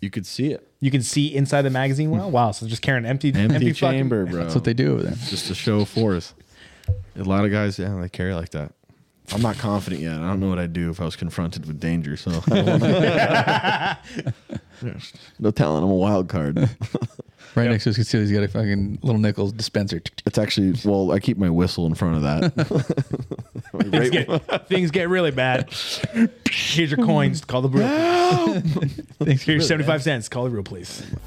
You could see it. You can see inside the magazine well. Wow, so just carrying an empty, Empty, fucking- chamber, bro. That's what they do over there. just to show forth. A lot of guys, yeah, they carry like that. I'm not confident yet. I don't know what I'd do if I was confronted with danger. So no talent. I'm a wild card. Right next to us, you can see he's got a fucking little nickel dispenser. It's actually well. I keep my whistle in front of that. Things get, things get really bad. Here's your coins. Call the brew. Here's your 75 cents. Call the brew, please.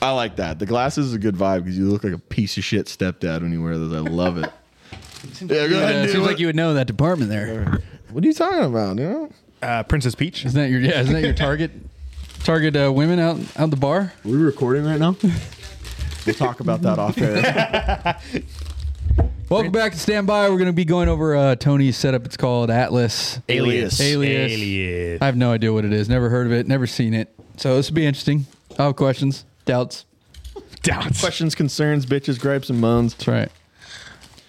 I like that. The glasses is a good vibe because you look like a piece of shit stepdad when you wear those. I love it. yeah, go ahead. Yeah, dude. seems like you would know that department there. What are you talking about? You know, Uh, Princess Peach. Isn't that your yeah? Isn't that your target? Target uh, women out out the bar. we recording right now. we'll talk about that off air. Welcome back to Stand By. We're going to be going over uh, Tony's setup. It's called Atlas. Alias. Alias. Alias. I have no idea what it is. Never heard of it. Never seen it. So this will be interesting. I have questions, doubts. Doubts. All Questions, concerns, bitches, gripes, and moans. That's right.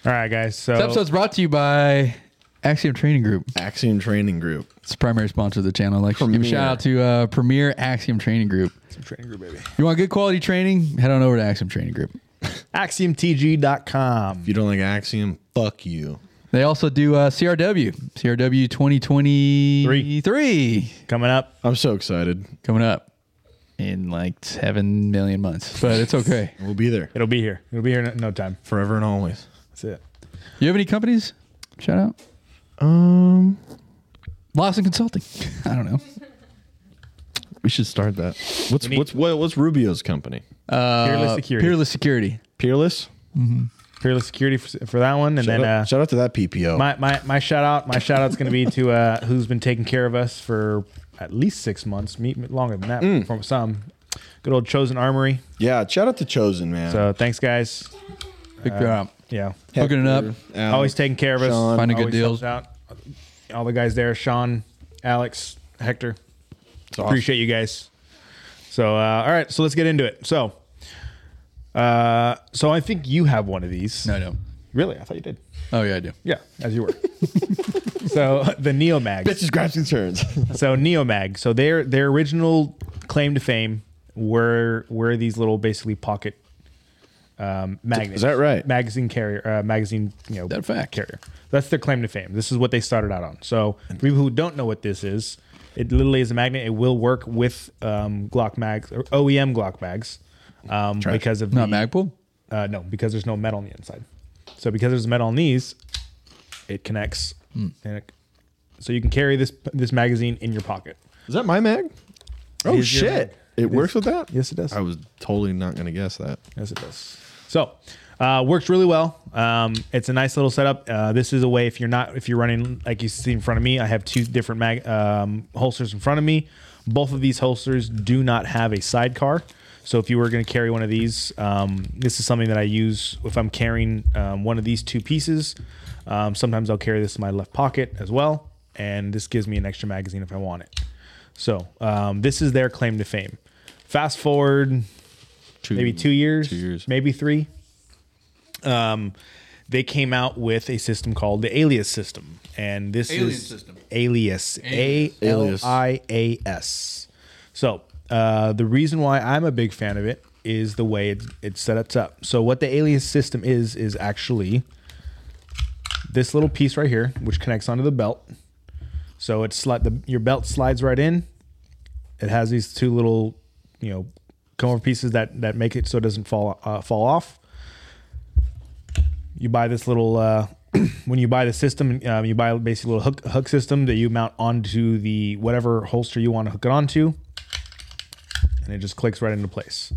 right, guys. So This episode's brought to you by Axiom Training Group. Axiom Training Group. It's the primary sponsor of the channel. I'd like to give a Premier. shout out to uh, Premier Axiom Training Group. training group, baby. You want good quality training? Head on over to Axiom Training Group. If AxiomTG.com. you don't like Axiom, fuck you. They also do uh, CRW, CRW 2023 Coming up. I'm so excited. coming up in like seven million months, but it's okay. We'll be there It'll be here. It'll be here in no time. forever and always. That's it. You have any companies? Shout out. Um, Lawson Consulting. I don't know. we should start that. What's need- what's what, what's Rubio's company? Uh, Peerless Security. Peerless Security. Peerless. Fearless Security for, for that one. And Shout, then out, uh, shout out to that Oh. PPO. my, my, my shout out my shout out's going to be to uh, who's been taking care of us for at least six months, me- longer than that from some. Good old Chosen Armory. yeah, shout out to Chosen man. So thanks, guys. Uh, Big job. Yeah. Hooking it up. Alex, Always taking care of us. Sean. Finding good Always deals. helps out. All the guys there Sean, Alex, Hector. awesome. Appreciate you guys. So, uh, all right. So let's get into it. So, uh, so I think you have one of these. No, I don't. Really? I thought you did. Oh yeah, I do. Yeah, as you were. so the Neomag. bitches, grabs, and turns. So Neomag. So their their original claim to fame were were these little basically pocket um, magnets. that right? Magazine carrier, uh, magazine, you know, That fact. carrier. That's their claim to fame. This is what they started out on. So for people who don't know what this is, it literally is a magnet. It will work with um, Glock mags or OEM Glock mags um, because of Not the, Magpul. uh, no, because there's no metal on the inside. So because there's metal on these, it connects, and it, so you can carry this this magazine in your pocket. Is that my mag? Oh is your shit! mag. It, works with that. Yes, it does. I was totally not going to guess that. Yes, it does. So uh, works really well. Um, it's a nice little setup. Uh, this is a way if you're not if you're running like you see in front of me, I have two different mag um, holsters in front of me. Both of these holsters do not have a sidecar. So if you were going to carry one of these, um, this is something that I use if I'm carrying um, one of these two pieces. Um, sometimes I'll carry this in my left pocket as well, and this gives me an extra magazine if I want it. So um, this is their claim to fame. Fast forward Two, maybe two years, Two years. maybe three. Um, they came out with a system called the Alias system, and this Alien is system. Alias, A Alias. L I A S. So uh, the reason why I'm a big fan of it is the way it's it's set it's up. So what the Alias system is is actually this little piece right here, which connects onto the belt. So it's sli- the, your belt slides right in. It has these two little, you know, comb over pieces that that make it so it doesn't fall uh, fall off. You buy this little uh, when you buy the system, um, you buy basically a little hook hook system that you mount onto the whatever holster you want to hook it onto, and it just clicks right into place.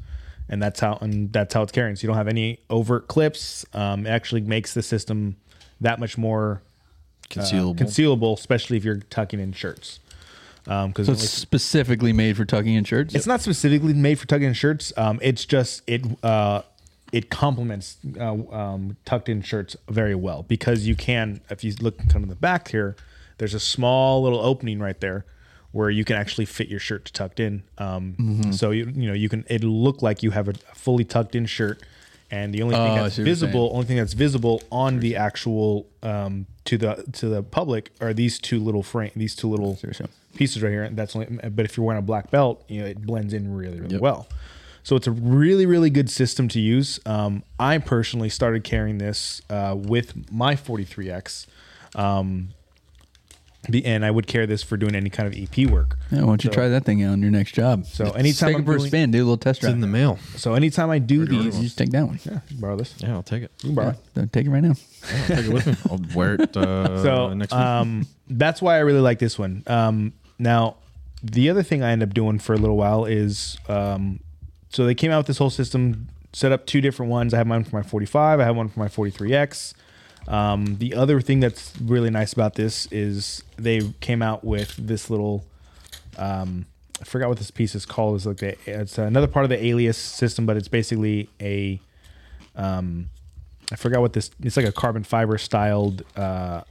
And that's how and that's how it's carrying. So you don't have any overt clips. Um, it actually makes the system that much more uh, Concealable. concealable, especially if you're tucking in shirts. Um, Because So it's specifically made for tucking in shirts. it's not specifically made for tucking in shirts. Um, it's just it uh, it complements uh, um, tucked in shirts very well because you can if you look kind of the back here, there's a small little opening right there where you can actually fit your shirt tucked in. Um, Mm-hmm. So you you know you can it'll look like you have a fully tucked in shirt, and the only Oh, I thing that's see what you're visible, only thing that's visible on the actual um, to the to the public are these two little frame, these two little Seriously. pieces right here. And that's only. But if you're wearing a black belt, you know it blends in really really well. So it's a really really good system to use. Um, I personally started carrying this uh, with my 43x. Um, the, and I would carry this for doing any kind of EP work. Yeah, why don't you try that thing out on your next job? So Just anytime take I'm it for a doing- spin, do a little test It's drive. in the mail. So anytime I do You these, just take that one. yeah, you can borrow this. You Yeah, I'll take it. can borrow. Yeah, it. don't take it right now. I'll take it with me. I'll wear it uh, so next week. um, that's why I really like this one. Um, now, the other thing I end up doing for a little while is um, so they came out with this whole system, set up two different ones. I have mine for my 45, I have one for my 43X. Um, the other thing that's really nice about this is they came out with this little. Um, I forgot what this piece is called. It's like the, it's another part of the alias system, but it's basically a um, I forgot what this. It's like a carbon fiber styled uh,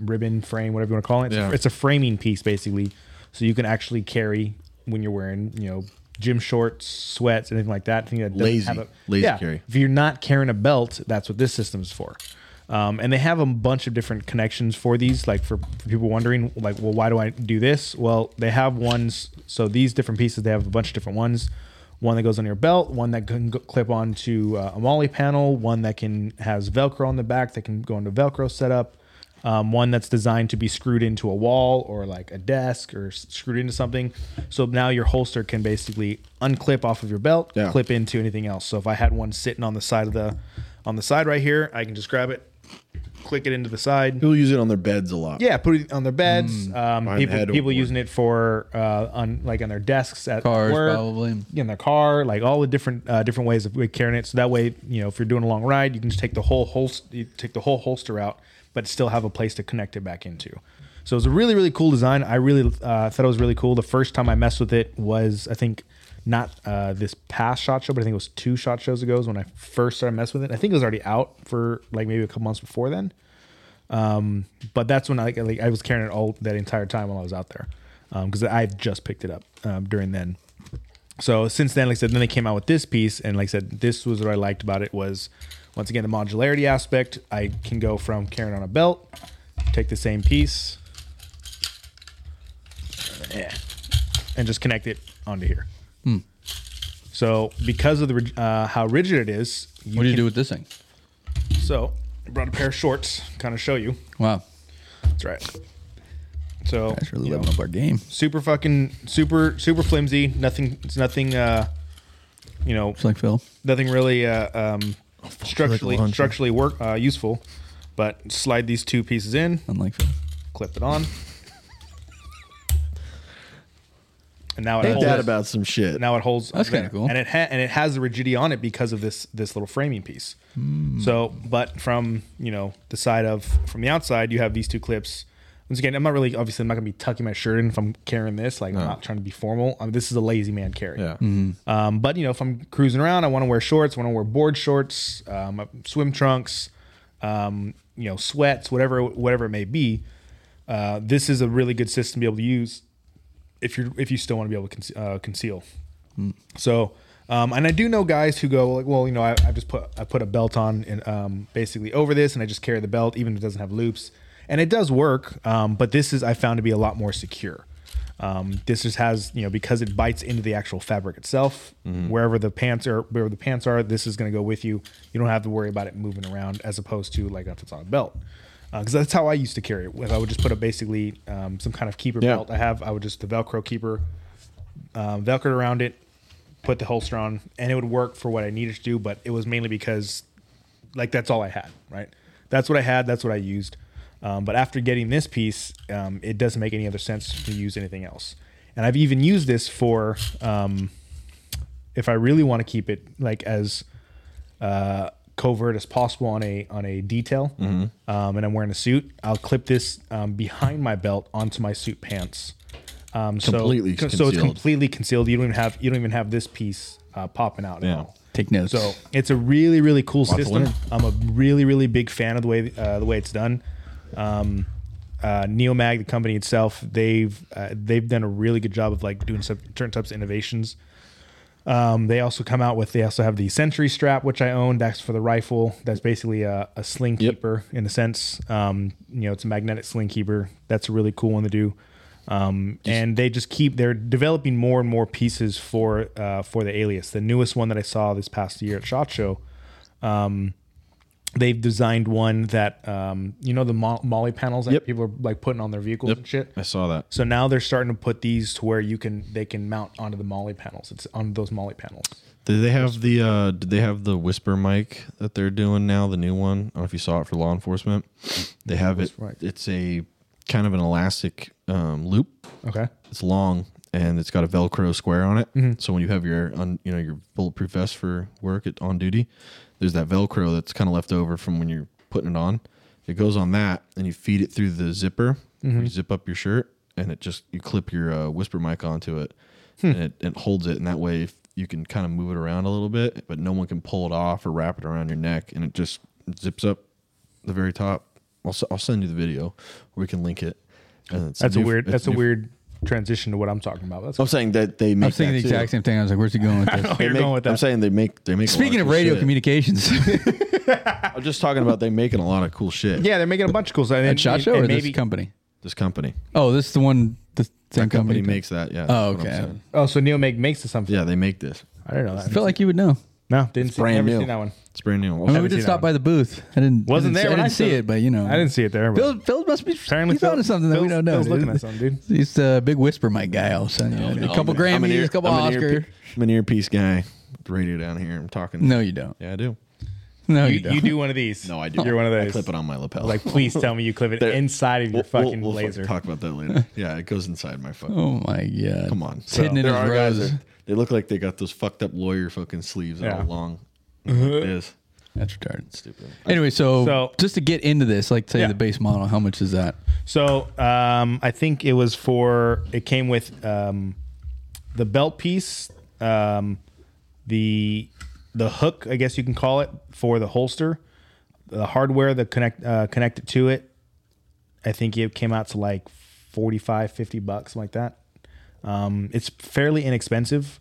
ribbon frame, whatever you want to call it. It's, Yeah. a, it's a framing piece basically, so you can actually carry when you're wearing you know gym shorts, sweats, anything like that. Thing that doesn't Lazy. have a, Lazy yeah. carry. If you're not carrying a belt, that's what this system is for. Um, and they have a bunch of different connections for these. Like for, for people wondering, like, well, why do I do this? Well, they have ones. So these different pieces, they have a bunch of different ones. One that goes on your belt, one that can go, clip onto uh, a molly panel, one that can has Velcro on the back that can go into Velcro setup, um, one that's designed to be screwed into a wall or like a desk or s- screwed into something. So now your holster can basically unclip off of your belt, Yeah. clip into anything else. So if I had one sitting on the side of the on the side right here, I can just grab it, click it into the side. People use it on their beds a lot. Yeah, put it on their Mm. beds. um, Behind the people head people or- using it for uh, on like on their desks at Cars, work, probably. in their car, like all the different uh, different ways of carrying it. So that way, you know, if you're doing a long ride, you can just take the whole holster, you take the whole holster out, but still have a place to connect it back into. So it's a really really cool design. I really uh, thought it was really cool. The first time I messed with it was I think not uh, this past shot show, but I think it was two shot shows ago is when I first started messing with it. I think it was already out for like maybe a couple months before then but that's when I like I was carrying it all that entire time while I was out there because I had just picked it up um, during then. So since then, like I said, then they came out with this piece, and like I said, this was what I liked about it was once again the modularity aspect. I can go from carrying on a belt, take the same piece, yeah, and just connect it onto here. Hmm. So because of the rig- uh, how rigid it is, you What do you can- do with this thing? So I brought a pair of shorts, kind of show you. Wow, That's right. So that's really you know, leveling up our game. super fucking super super flimsy. Nothing. It's nothing. Uh, you know, It's like Phil. nothing really uh, um, Oh, structurally luncheon. structurally work uh, useful. But slide these two pieces in, Unlike Phil. clip it on, and now it Ain't holds. that about some shit? now it holds. That's kinda there. cool. And it ha- and it has the rigidity on it because of this this little framing piece. Hmm. So, but from you know the side of from the outside, you have these two clips. Once again, I'm not really obviously I'm not gonna be tucking my shirt in if I'm carrying this. Like I'm not trying to be formal. I mean, this is a lazy man carry. yeah. Um, but you know, if I'm cruising around, I want to wear shorts. I want to wear board shorts, um, swim trunks, um, you know, sweats, whatever whatever it may be. Uh, this is a really good system to be able to use if you're if you still want to be able to conce- uh, conceal. So, um, and I do know guys who go like, well, you know, I, I just put I put a belt on and um, basically over this, and I just carry the belt, even if it doesn't have loops, and it does work. Um, but this is I found to be a lot more secure. Um, this just has you know because it bites into the actual fabric itself, wherever the pants are, wherever the pants are, this is going to go with you. You don't have to worry about it moving around as opposed to like if it's on a belt. Because that's how I used to carry it. If I would just put a basically um, some kind of keeper Yeah. belt I have, I would just the Velcro keeper um, velcroed around it, put the holster on, and it would work for what I needed to do. But it was mainly because, like, that's all I had. Right, that's what I had. That's what I used. Um, but after getting this piece, um, it doesn't make any other sense to use anything else. And I've even used this for um, if I really want to keep it like as uh, covert as possible on a on a detail, um, and I'm wearing a suit, I'll clip this um, behind my belt onto my suit pants. Um, so- Completely so, it's concealed. completely concealed. You don't even have you don't even have this piece uh, popping out at all. Take notes. So it's a really really cool to system. learn. I'm a really really big fan of the way uh, the way it's done. Um, uh, Neomag, the company itself, they've uh, they've done a really good job of like doing some certain types of innovations. Um, they also come out with they also have the Sentry strap, which I own. That's for the rifle. That's basically a, a sling keeper in a sense. Um, you know, it's a magnetic sling keeper. That's a really cool one to do. Um, and they just keep they're developing more and more pieces for uh, for the Alias. The newest one that I saw this past year at Shot Show um, they've designed one that um, you know the mo- molly panels that Yep. people are like putting on their vehicles and shit. I saw that. So now they're starting to put these to where you can they can mount onto the molly panels. It's on those molly panels. Did they have the uh did they have the whisper mic that they're doing now, the new one? I don't know if you saw it for law enforcement. They have it Whisper mic. it's a kind of an elastic um loop. Okay. It's long and it's got a velcro square on it. Mm-hmm. So when you have your un, you know your bulletproof vest for work at, on duty, there's that velcro that's kind of left over from when you're putting it on. It goes on that and you feed it through the zipper. Mm-hmm. You zip up your shirt and it just you clip your uh, whisper mic onto it Hmm. and it, it holds it and that way if you can kind of move it around a little bit, but no one can pull it off or wrap it around your neck and it just zips up the very top. I'll, s- I'll send you the video or we can link it. And it's That's a new- weird it's that's a new- weird transition to what I'm talking about. Oh, That's I'm saying that they make. I was thinking the that too. exact same thing. I was like, "Where's he going with this?" where They you're make- going with I'm that. saying they make they make. a lot Speaking of cool radio shit. communications, I'm just talking about they making a lot of cool shit. yeah, they're making a bunch of cool stuff. And, at Shot and- Show and or maybe, this company? This company. Oh, this is the one. The same That company company. makes that. Yeah. Oh, that's what I'm okay. saying. Oh, so Neil Meg makes this something. Yeah, they make this. I don't know. I That. felt like you would know. No, didn't see, brand never new. seen that one. It's brand new. I mean, we Haven't did seen stop that by the booth. I didn't. Wasn't I there didn't, when I I didn't see saw it, but you know, I didn't see it there. But Phil, Phil must be. apparently he's onto something that we Phil's- don't know. Phil's looking dude. at something, dude. He's a big whisper mic guy. All of a sudden, you know, a couple I'm an Grammys, ear- a couple I'm an Oscar. earpie- I'm an earpiece guy. The radio down here. I'm talking. No, you don't. Yeah, I do. No, you, You, don't. you do one of these. No, I do. You're one of I those. clip it on my lapel. Like, please tell me you clip it There- inside of your We'll- we'll- fucking we'll laser. Talk about that later. yeah, it goes inside my fucking. Oh my god! Come on. it's hidden in There his are guys rose. that they look like they got those fucked up lawyer fucking sleeves Yeah. all long. Uh-huh. it is That's retarded. stupid. Anyway, so, So- just to get into this, like say Yeah. the base model, how much is that? So um, I think it was for it came with um, the belt piece, um, the the hook, I guess you can call it, for the holster, the hardware that connect uh, connected to it. I think it came out to like 45, 50 bucks, something like that. Um, it's fairly inexpensive.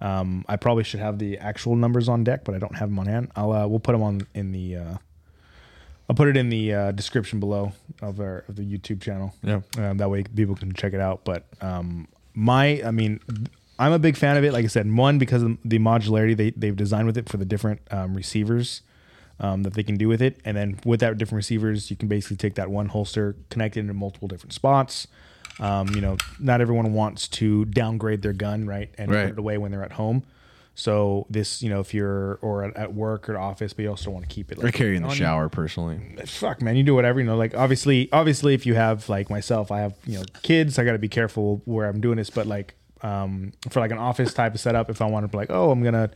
Um, I probably should have the actual numbers on deck, but I don't have them on hand. I'll uh, we'll put them on in the. Uh, I'll put it in the uh, description below of our of the YouTube channel. Yeah. um, that way people can check it out. But um, my, I mean, I'm a big fan of it. Like I said, one because of the modularity they they've designed with it for the different um, receivers um, that they can do with it, and then with that different receivers, you can basically take that one holster, connect it into multiple different spots. Um, you know, not everyone wants to downgrade their gun, right, and Right. put it away when they're at home. So this, you know, if you're or at, at work or office, but you also want to keep it. I Like, carry in the on- shower personally. fuck man you do whatever you know like obviously obviously if you have like myself i have you know kids i got to be careful where i'm doing this but like um for like an office type of setup if i want to be like oh i'm gonna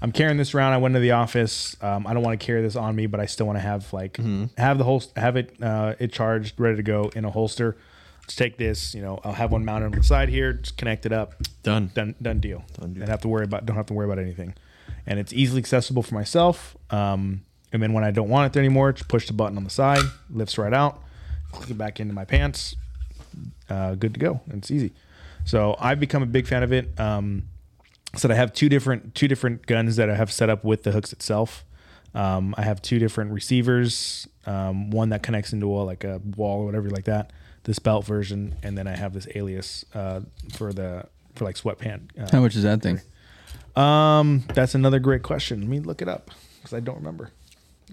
i'm carrying this around i went to the office um, i don't want to carry this on me but i still want to have like have the whole have it uh it charged ready to go in a holster let's take this you know i'll have one mounted on the side here just connect it up Done. done done deal. And have to worry about don't have to worry about anything. And it's easily accessible for myself. Um, and then when I don't want it there anymore, just push the button on the side, lifts right out, click it back into my pants. Uh, good to go. And it's easy. So I've become a big fan of it. Um, so I have two different two different guns that I have set up with the hooks itself. Um, I have two different receivers, um, one that connects into a, like a wall or whatever like that. This belt version, and then I have this alias uh, for the for like sweatpant. Uh, How much is that thing? um, that's another great question. Let me look it up because I don't remember.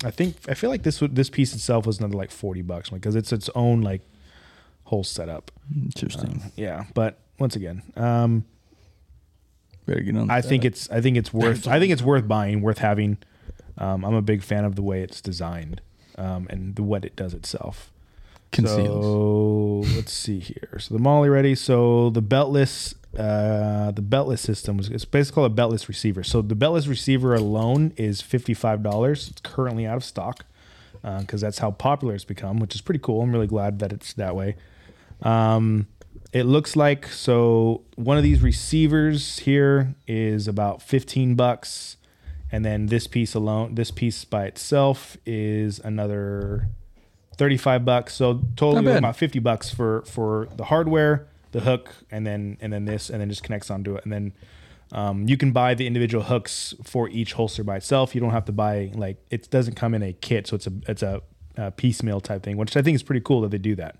I think I feel like this would this piece itself was another like forty bucks because it's its own like whole setup. Interesting. Yeah, but once again, um, Better get on. I think it's I think it's worth I think it's worth buying, worth having. Um, I'm a big fan of the way it's designed um, and the, what it does itself. conceals. So let's see here. So the Molly ready. So the beltless, uh, the beltless system was it's basically called a beltless receiver. So the beltless receiver alone is fifty five dollars. It's currently out of stock because that's how popular it's become, which is pretty cool. I'm really glad that it's that way. Um, it looks like so one of these receivers here is about 15 bucks and then this piece alone this piece by itself is another 35 bucks. So totally Not bad. about 50 bucks for for the hardware, the hook, and then and then this, and then just connects onto it. And then um, you can buy the individual hooks for each holster by itself. You don't have to buy like it doesn't come in a kit, so it's a it's a, a piecemeal type thing, which I think is pretty cool that they do that.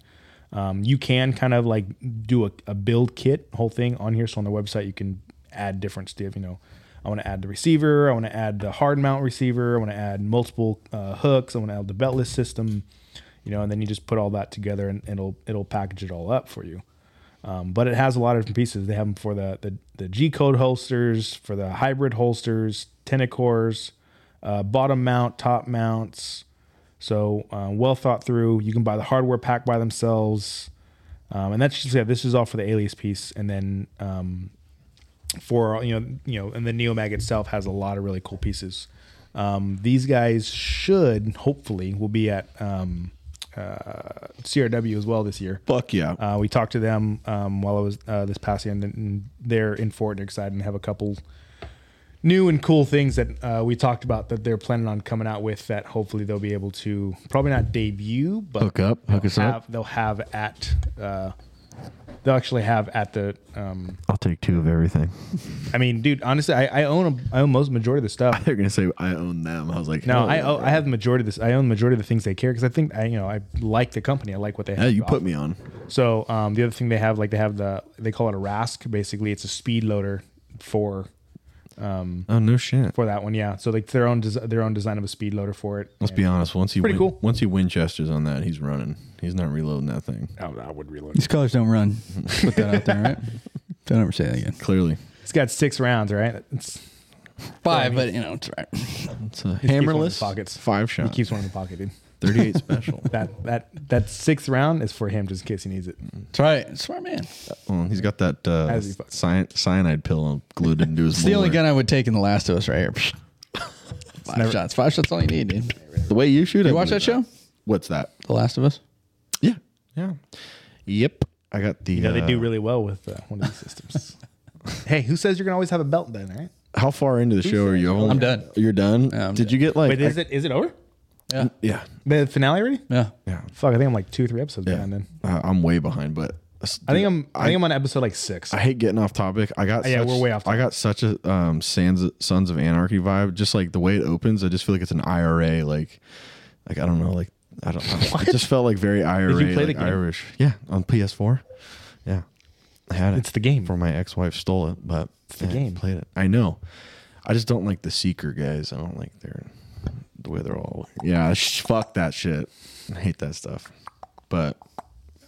Um, you can kind of like do a, a build kit whole thing on here. So on their website, you can add different stuff. You know, I want to add the receiver. I want to add the hard mount receiver. I want to add multiple uh, hooks. I want to add the beltless system. You know, and then you just put all that together, and it'll it'll package it all up for you. Um, but it has a lot of different pieces. They have them for the the, the G code holsters, for the hybrid holsters, tenacores, uh, bottom mount, top mounts. So uh, well thought through. You can buy the hardware pack by themselves, um, and that's just yeah. This is all for the Alias piece, and then um, for you know you know, and the Neomag itself has a lot of really cool pieces. Um, these guys should hopefully will be at um, uh, CRW as well this year. Fuck yeah. Uh, we talked to them um, while I was uh, this past end, and they're in Fort and excited and have a couple new and cool things that uh, we talked about that they're planning on coming out with that hopefully they'll be able to probably not debut, but Hook up, hook they'll us up. have, They'll have at uh, they'll actually have at the. Um, I'll take two of everything. I mean, dude, honestly, I, I own a, I own most majority of the stuff. They're gonna say I own them. I was like, No, Oh, hell I yeah, owe, bro. I have the majority of this. I own the majority of the things they care because I think I you know I like the company. I like what they have. Yeah, you to put offer. me on. So um, the other thing they have, like they have the they call it a rask. Basically, it's a speed loader for um, Oh no shit. for that one. Yeah. So like their own des- their own design of a speed loader for it. Let's be honest. Once he Pretty win- cool. once he Winchesters on that, he's running. He's not reloading that thing. Oh, I would reload. These colors don't run. Put that out there, right? Don't ever say that again. Clearly, It's got six rounds, right? It's Five, but you know, it's right. it's a keeps one in the hammerless pockets. five he shot. keeps one in the pocket, dude. 38 special. That that that sixth round is for him, just in case he needs it. That's right. Smart man. Well, he's got that uh, As he fucks. cyan- cyanide pill glued into his. It's the only molar. gun I would take in The Last of Us right here. Five never- shots. Five shots all you need, dude. The way you shoot. You I watch believe that show? What's that? The Last of Us? Yeah, yeah. Yep. I got the. You know, they do uh, really well with uh, one of these systems. hey, who says you're gonna always have a belt then, right? How far into the show are you? Only- I'm done. You're done. I'm Did you get like? Wait, is it is it over? Yeah. yeah, The finale already? Yeah. Yeah, Fuck, I think I'm like two or three episodes yeah. behind then. Uh, I'm way behind, but I think I'm I, think I'm on episode like six. I hate getting off topic. I got Yeah, such- we're way off I got such a um, Sans, Sons of Anarchy vibe. Just like the way it opens, I just feel like it's an IRA. Like, like I don't know. Like I don't. I, it just felt like very IRA. play the like game? Irish? Yeah, on PS4. Yeah, I had it. It's the game. For my ex-wife stole it, but it's the game. Played it. I know. I just don't like the Seeker guys. I don't like their the way they're all. Yeah, sh- fuck that shit. I hate that stuff. But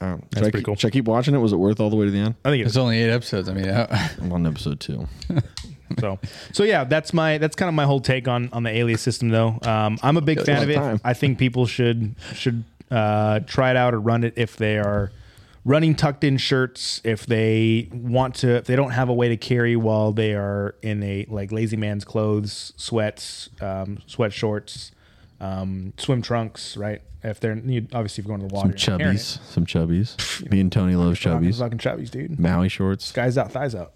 um, should, I pretty keep, cool. should I keep watching it? Was it worth all the way to the end? I think it's It's only eight episodes. I mean, how- I'm on episode two. So, so yeah, that's my that's kind of my whole take on on the alias system, though. Um, I'm a big fan of it. time. I think people should should uh, try it out or run it if they are running tucked in shirts. If they want to, if they don't have a way to carry while they are in a like lazy man's clothes, sweats, um, sweat shorts, um, swim trunks, right? If they're you, obviously if you're going to the water, Some you're not carrying chubbies. Some chubbies. Me and Tony loves it. Fucking- chubbies. fucking chubbies, dude. Maui shorts. Guys out, thighs out.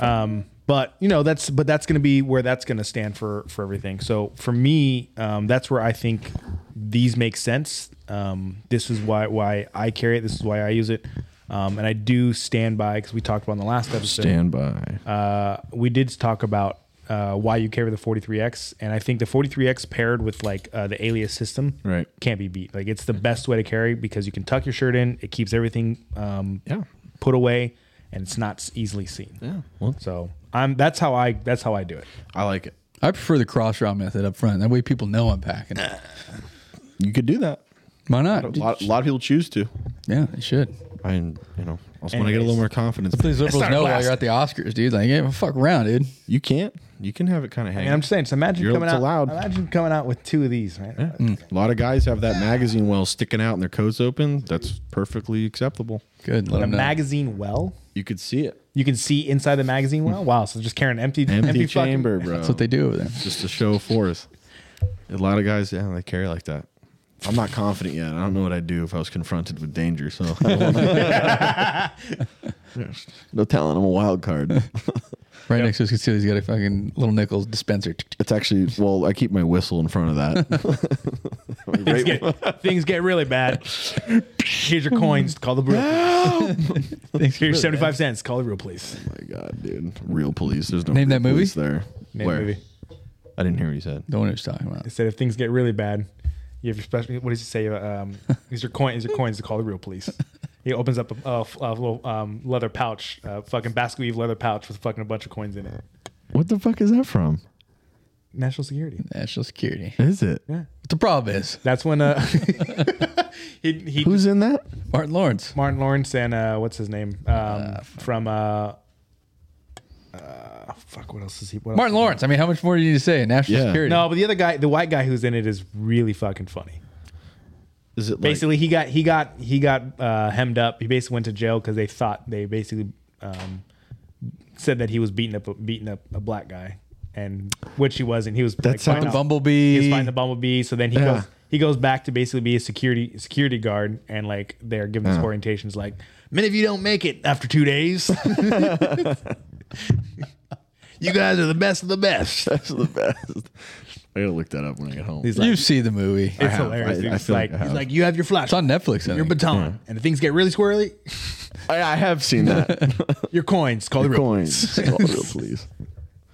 Um, but you know that's but that's going to be where that's going to stand for for everything. So for me, um, that's where I think these make sense. Um, this is why why I carry it. This is why I use it, um, and I do stand by because we talked about in the last episode. Stand by. Uh, we did talk about uh, why you carry the 43x, and I think the 43x paired with like uh, the Alias system Right. Mm-hmm. can't be beat. Like it's the best way to carry because you can tuck your shirt in. It keeps everything um, Yeah. put away, and it's not easily seen. Yeah. Well, So I'm that's how I that's how I do it. I like it. I prefer the cross route method up front. That way people know I'm packing. you could do that. Why A not? lot, a lot of people choose to. Yeah, they should. I you know also want to get a little more confidence. Please liberals not a know while blast. you're at the Oscars, dude. Like, yeah, fuck around, dude. You can't. You can have it kind of hanging. And I'm just saying, so imagine You're- coming it's out. allowed. Mm, Imagine coming out with two of these, right? A lot of guys have that magazine well sticking out and their coats open. That's perfectly acceptable. Good. Let A 'em know. magazine well. You could see it. You can see inside the magazine well. Wow, so just carrying an empty, Mm. Empty, empty, fucking- chamber, bro. That's what they do over there. Just to show forth. A lot of guys, yeah, they carry like that. I'm not confident yet. I don't know what I'd do if I was confronted with danger. So I don't wanna- There's no telling. I'm a wild card. Right next to his concealer, he's got a fucking little nickels dispenser. It's actually well, I keep my whistle in front of that. oh Things get, things get really bad. Here's your coins. Call the real police. Here's your 75 cents. Call the real police. my god, dude. Real police. There's no Name real that movie? police there. Name Where? movie. I didn't hear what you said. Don't know what he's talking about. It said if things get really bad, you have your special. What does it say? Um, these are coins. These are coins to call the real police. He opens up a, a- a little um, leather pouch, uh, fucking basket weave leather pouch with fucking a bunch of coins in it. What the fuck is that from? National security. National security. Is it? Yeah, The problem is that's when uh, he he Who's in that? Martin Lawrence. Martin Lawrence and uh, what's his name um, Ah, from uh, uh, fuck. What else is he? What Martin else? Lawrence. I mean, how much more do you need to say? National Yeah. security. No, but the other guy, the white guy who's in it, is really fucking funny. Is it like, basically he got he got he got uh, hemmed up. He basically went to jail because they thought they basically um, said that he was beating up beating up a black guy, and which he wasn't. He was That fighting sounds- off- Bumblebee. He was fighting the bumblebee. So then he Yeah. goes he goes back to basically be a security security guard, and like they're giving us orientations like many of you don't make it after two days. you guys are the best of the best. That's the best. I gotta look that up when I get home. He's like, you see the movie. it's have. I- hilarious. I dude. It's feel like like, I he's have. like, you have your flash. It's on Netflix. I Your think. baton, and if things get really squirrely, I, I have seen that. your coins. Call the real Coins. Call the real police.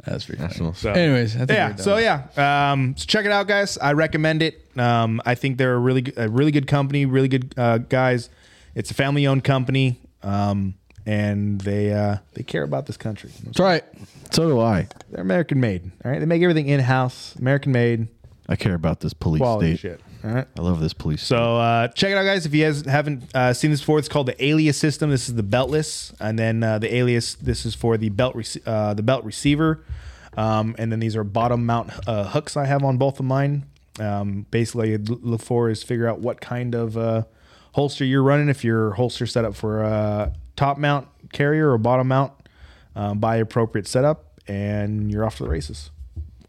That's pretty funny. National- So, Anyways, I think yeah. we're So yeah, um, so check it out, guys. I recommend it. Um, I think they're a really, g- a really good company. Really good uh, guys. It's a family-owned company, um, and they uh, they care about this country. That's right. So do I. They're American-made. All right, they make everything in-house, American-made, I care about this police quality state. shit. All right. I love this police. state. So uh, check it out, guys. If you guys haven't uh, seen this before, it's called the Alias system. This is the beltless, and then uh, the Alias. This is for the belt, rec- uh, the belt receiver, um, and then these are bottom mount uh, hooks I have on both of mine. Um, basically, what you look for is figure out what kind of uh, holster you're running. If your holster set up for uh, top mount carrier or bottom mount, um, buy appropriate setup, and you're off to the races.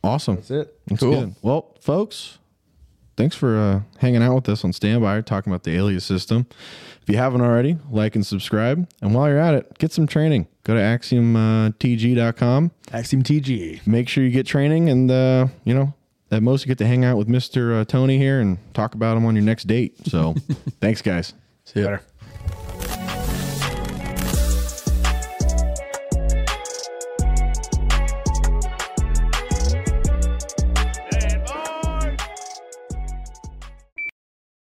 awesome. That's it. Cool. Well, folks, thanks for uh, hanging out with us on standby, talking about the alias system. If you haven't already, like and subscribe. And while you're at it, get some training. Go to uh, axiomtg.com. Axiom TG. Make sure you get training, and uh, you know at most you get to hang out with Mister uh, Tony here and talk about him on your next date. So, thanks, guys. See ya. Better.